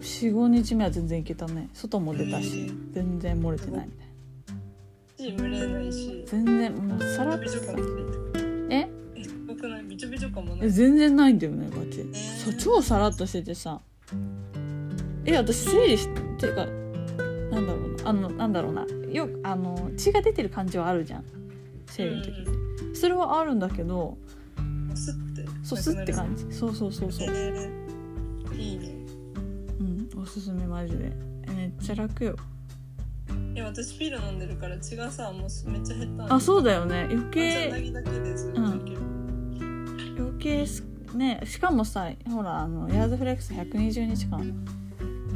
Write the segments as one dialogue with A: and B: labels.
A: 45日目は全然行けたね外も出たし全然漏れてないみた
B: し
A: いな
B: 蒸れないし
A: 全然もうさらっ
B: び
A: と
B: ちょ
A: さ
B: びちょ感も
A: え
B: ないすごくないびちょびちょ感もな
A: え
B: い
A: 全然ないんだよねガチ
B: ー
A: そう超さらっとしててさえ私整理してかなんだろうなあのなんだろうなよくあの血が出てる感じはあるじゃん生理の時って、それはあるんだけど
B: スッて
A: そうすって感
B: じ
A: じそうそうそうそう、
B: いいね
A: うん、おすすめマジでえめっちゃ楽よ
B: いや私ピール飲んでるから血がさもうめっちゃ減った
A: あ
B: う
A: そうだよね余
B: け
A: 計
B: なぎだけでずっといける
A: 余計すねしかもさほらあのエアーズフレックス120日間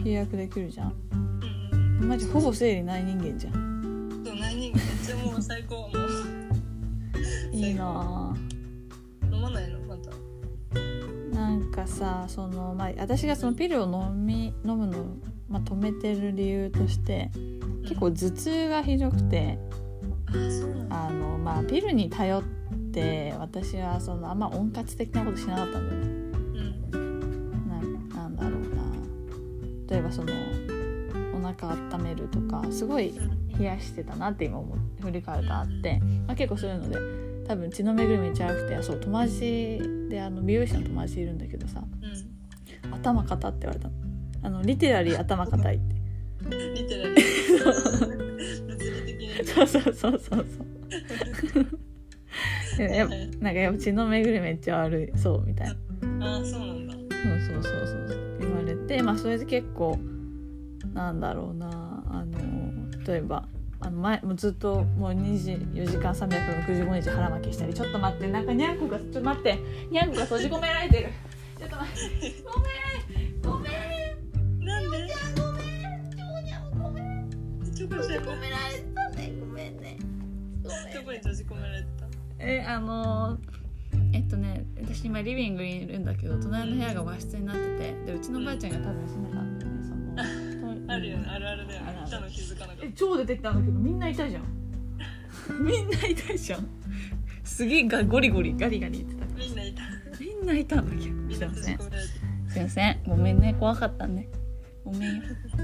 A: 契約できるじゃん
B: うん
A: マジほぼ生理ない人間じゃん
B: うんそう何人めっちゃもう最高もう
A: いいな
B: 飲まないのまた
A: あなんかさその、まあ、私がそのピルを飲み飲むのを、まあ、止めてる理由として結構頭痛がひどくて
B: あそうなんだ
A: あの、まあ、ピルに頼って私はそのあんま温活的なことしなかったんだよね
B: うん
A: ななんだろうな例えばそのお腹温めるとかすごい冷やしてたなって今思う振り返るとあって、まあ、結構そういうので多分血の巡りめっちゃ悪くてそう友達であの美容師の友達いるんだけどさ
B: うん
A: 「頭固」って言われたのあのリテラリー頭固いって
B: リテラリー物理的に
A: そうそうそうそうそう でもやっぱ
B: はい
A: なんかやっぱ血の巡りめっちゃ悪いそうみたいな
B: ああそうなんだ
A: そうそうそうそうそう言われてまあそれで結構なんだろうなあの例えばあの前もうずっともう24時間365日腹巻きしたりちょっと待ってなんかにゃんこがちょっと待ってにゃんこが閉じ込められてるちょっと待ってごめんごめん
B: なんで
A: ごめんちょこにゃんごめん
B: チョコちゃん
A: 閉じ込められたねごめんねごめん
B: どこに閉じ込められてた
A: えあのえっとね私今リビングにいるんだけど隣の部屋が和室になっててでうちのばあちゃんが多分住んでたんだよねそのと
B: あるよねあるあるだよ
A: あるあ
B: ね
A: る
B: 来たの気づかなかっ
A: え超出てきたんだけどみんないたじゃん みんないたじゃんすげえがゴリゴリガリガリ言ってたか
B: たみんないた
A: らみんないたんだけど
B: みん
A: すい
B: な
A: ま
B: 閉じ
A: せん
B: 込められて
A: すいませんごめんね怖かったねごめんよあと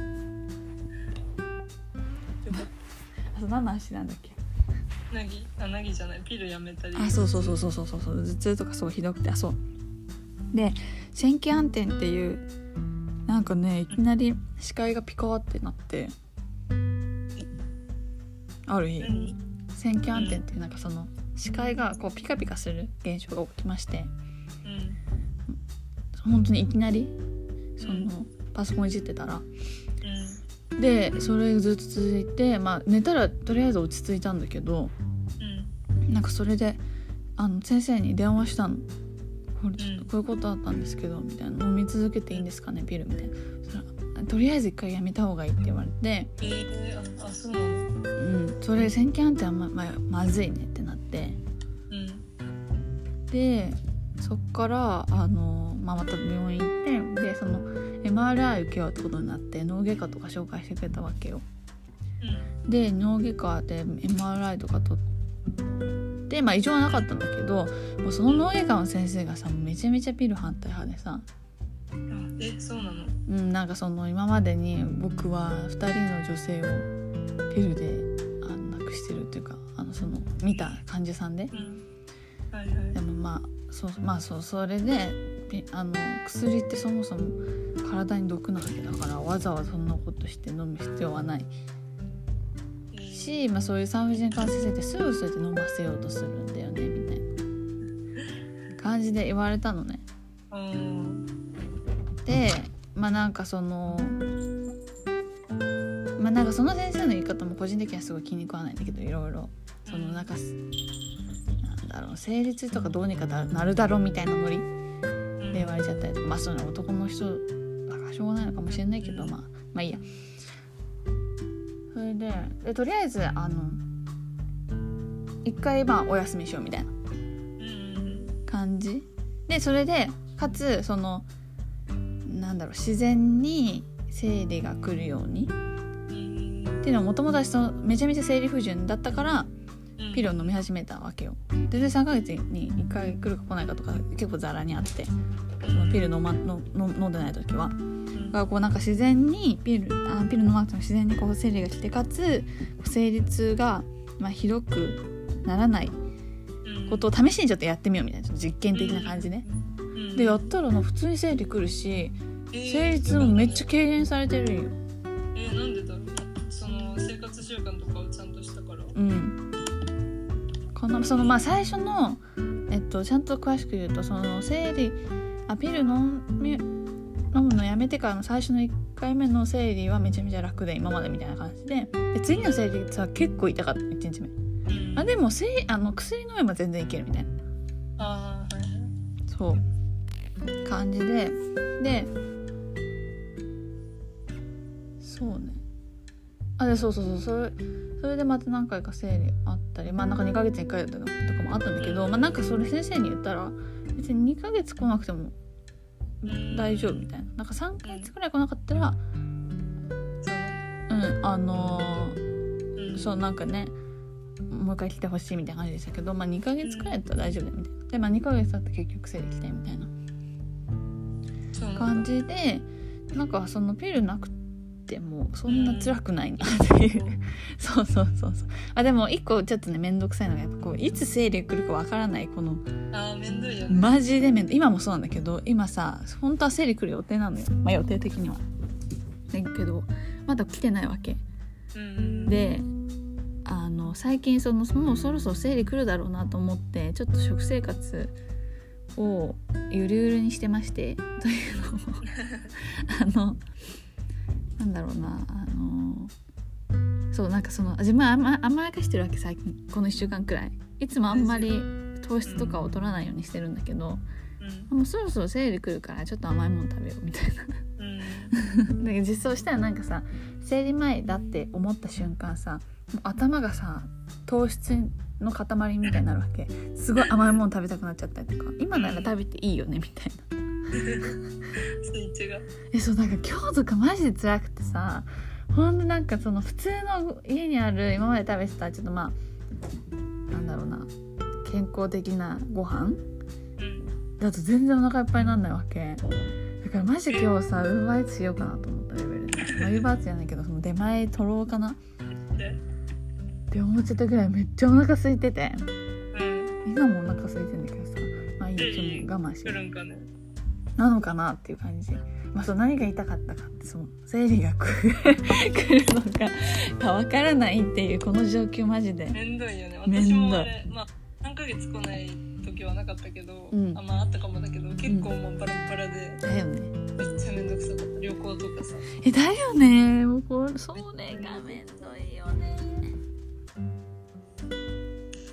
A: 何の話なんだっけ
B: なぎあなぎじゃないピルやめたり
A: あそうそうそうそうそうそうそう頭痛とかそうひどくてあそうで線気暗転っていうなんかねいきなり視界がピカーってなってある日
B: 何
A: 線気暗転っていうなんかその視界がこうピカピカする現象が起きまして
B: うん
A: 本当にいきなりそ
B: うん
A: のパソコンいじってたら
B: う
A: でそれずっと続いてまあ寝たらとりあえず落ち着いたんだけど、
B: んうん
A: なんかそれであの先生に電話したの「これちょっ
B: う
A: と
B: ん
A: こういうことあったんですけど」みたいな「飲み続けていいんですかねビール」みたいなそしたら「とりあえず一回やめた方がいい」って言われて
B: えー、ああそうなの
A: 「うんそれ線検案ってまままずいね」ってなって
B: うん
A: でそっからあの、まあ、また病院行ってでその MRI 受けようってことになって脳外科とか紹介してくれたわけよ。
B: うん
A: で脳外科で MRI とか取ってまあ異常はなかったんだけどもうその脳外科の先生がさめちゃめちゃピル反対派でさ、
B: あえそうなの
A: うん、なんかその今までに僕は2人の女性をピルであの亡くしてるっていうかあのその見た患者さんで
B: うんはいはい
A: でもまあそうまあそうそれでピあの薬ってそもそも体に毒なわけだからわざわざそんなことして飲む必要はない
B: えー
A: し、まあ、そういう産婦人科の先生ってすぐそうやって飲ませようとするんだよねみたいな感じで言われたのね。
B: あー
A: でまあなんかそのまあなんかその先生の言い方も個人的にはすごい気に食わないんだけどいろいろそのなんかすなんだろう生理痛とかどうにかだなるだろうみたいなノリ
B: うん
A: で言われちゃったりとかまあその男の人だからしょうがないのかもしれないけど、
B: うん
A: まあまあいいやそれででとりあえずあの一回まあお休みしようみたいな
B: うんうん
A: 感じでそれでかつそのなんだろう自然に生理が来るようにっ
B: うん
A: ていうのはもともと私そのめちゃめちゃ生理不順だったから
B: うん
A: ピルを飲み始めたわけよでで3ヶ月に1回来るか来ないかとか結構ザラにあって
B: う
A: その
B: ん
A: ピル飲,、ま、のの飲んでない時は
B: うんうん
A: がこうなんか自然にピルあピルのマークも自然にこう生理が来てかつこう生理痛がまあひどくならないことを試しにちょっとやってみようみたいなちょっと実験的な感じね。
B: うん
A: でやったらな普通に生理来るし
B: えー
A: 生理痛もめっちゃ軽減されてるんよ。
B: えーなんでだろうその生活習慣とかをちゃんとしたから
A: うん、このそのまあ最初の、えっと、ちゃんと詳しく言うとその生理アピール飲み飲むのやめてからの最初の1回目の生理はめちゃめちゃ楽で今までみたいな感じでで次の生理は結構痛かった1日目
B: うん
A: あでもせいあの薬飲めば全然いけるみたいな
B: あーはいはい
A: そう感じででそうねあでそうそうそうそれそれでまた何回か生理あったりまあなんか2ヶ月に1回とかとかもあったんだけどまあなんかそれ先生に言ったら別に2ヶ月来なくても大丈夫みたいななんか3ヶ月くらい来なかったら
B: そう
A: うんあのー
B: うん
A: そうなんかねもう一回来てほしいみたいな感じでしたけどまあ2ヶ月くらいだったら大丈夫だよみたいなでまあ2ヶ月経って結局生理来てみたいな
B: そうなん
A: 感
B: だ
A: じでなんかそのピルなくてもそんな辛くないなっていう、 そうそうそうそうあでも一個ちょっとね面倒くさいのがやっぱこういつ生理来るかわからないこの
B: あーめんどいよね
A: マジで面倒今もそうなんだけど今さ本当は生理来る予定なのよまあ予定的にはだけどまだ来てないわけ
B: うん
A: であの最近そのもうそろそろ生理来るだろうなと思ってちょっと食生活をゆるゆるにしてましてというのもあのなんだろうなあのそうなんかその自分は甘甘やかしてるわけ最近この1週間くらいいつもあんまり糖質とかを取らないようにしてるんだけど
B: うん
A: もうそろそろ生理来るからちょっと甘いもの食べようみたいな
B: うん
A: だけど実装したらなんかさ生理前だって思った瞬間さもう頭がさ糖質の塊みたいになるわけすごい甘いもの食べたくなっちゃったりとか今なら食べていいよねみたいな
B: スイッチが
A: えそうなんか今日とかマジで辛くてさほんとなんかその普通の家にある今まで食べてたちょっとまあなんだろうな健康的なご飯
B: うん
A: だと全然お腹いっぱいになんないわけだからマジ今日さウーバーイーツしようかなと思ったレベルでまあウーバーイーツじゃないけどその出前取ろうかな
B: で
A: って思っちゃったぐらいめっちゃお腹空いてて
B: うん
A: 今もお腹空いてんだけどさまあいいよちょっと我慢し
B: 来
A: よ
B: るんかね
A: うなのかなっていう感じまあそう何が痛かったかってその生理が来る来るのかか わからないっていうこの状況マジで
B: めんどいよね
A: めん
B: 私
A: どい
B: もあれまあ何ヶ月来ない時はなかったけど、
A: うん
B: あまああったかもだけど結構もうバラバラで
A: だよね
B: めっちゃめんどくさかった旅行とかさ
A: えだよねもうこれそれがめんどいよね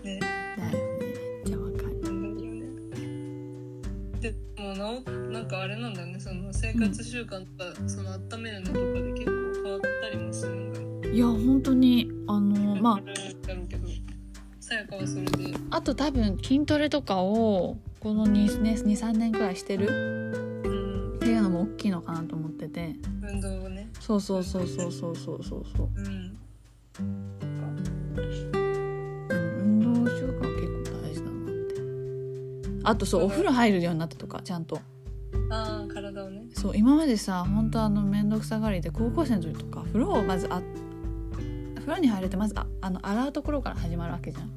B: ね
A: だよねめっちゃわかる
B: めんどいよねでもうなおなんかあれなんだよねその生活習慣とか、その温めるのとかで結構変わったりもするんだね
A: いや本当にあのまあ
B: あるだろうけどさやかはそれで
A: あと多分筋トレとかをこの23、ね、2 3年くらいしてる
B: うん
A: っていうのも大きいのかなと思ってて
B: 運動をね
A: そうそうそうそうそうそうそうそう
B: うん
A: うん運動習慣は結構大事だなってあとそうお風呂入るようになったとかちゃんと
B: ああ体をね
A: そう今までさ本当あの面倒くさがりで高校生の時とか風呂をまずあ風呂に入るってまずああの洗うところから始まるわけじゃん
B: うん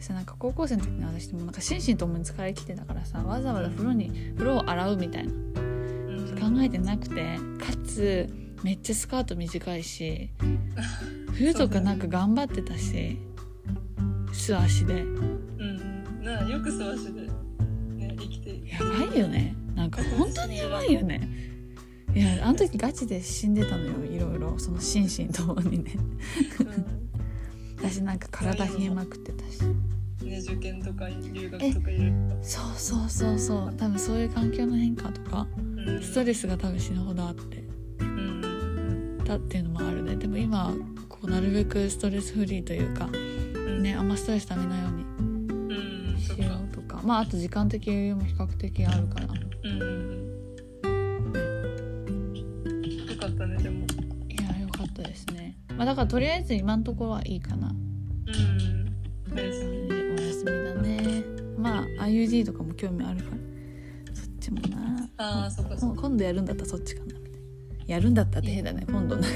A: さなんか高校生の時の私ってもうなんか心身ともに疲れきてたからさわざわざ風呂に風呂を洗うみたい
B: う
A: な
B: ん
A: 考えてなくてかつめっちゃスカート短いし冬とかなんか頑張ってたし素足で
B: うんなあよく素足で、ね、生きてい
A: やばいよねなんか本当にやばいよねいやあの時ガチで死んでたのよいろいろその心身ともにね
B: うん
A: 私なんか体冷えまくってたし
B: ね受験とか留学とかいろいろ
A: そうそうそうそう多分そういう環境の変化とか
B: うん
A: ストレスが多分死ぬほどあって
B: うん
A: たっていうのもあるねでも今はこうなるべくストレスフリーというか
B: うん
A: ねあんまストレスためないように
B: うん
A: し
B: そ
A: よ
B: っか
A: うとかまああと時間的余裕も比較的あるから
B: うんよかったねでも
A: いや良かったですね、まあ、だからとりあえず今のところはいいかな
B: うん
A: お
B: 大好
A: 休みだねまあ IUD とかも興味あるからそっちもな
B: あーそっかそっ
A: もう今度やるんだったらそっちかなみたいなやるんだったら大変だね今度なんか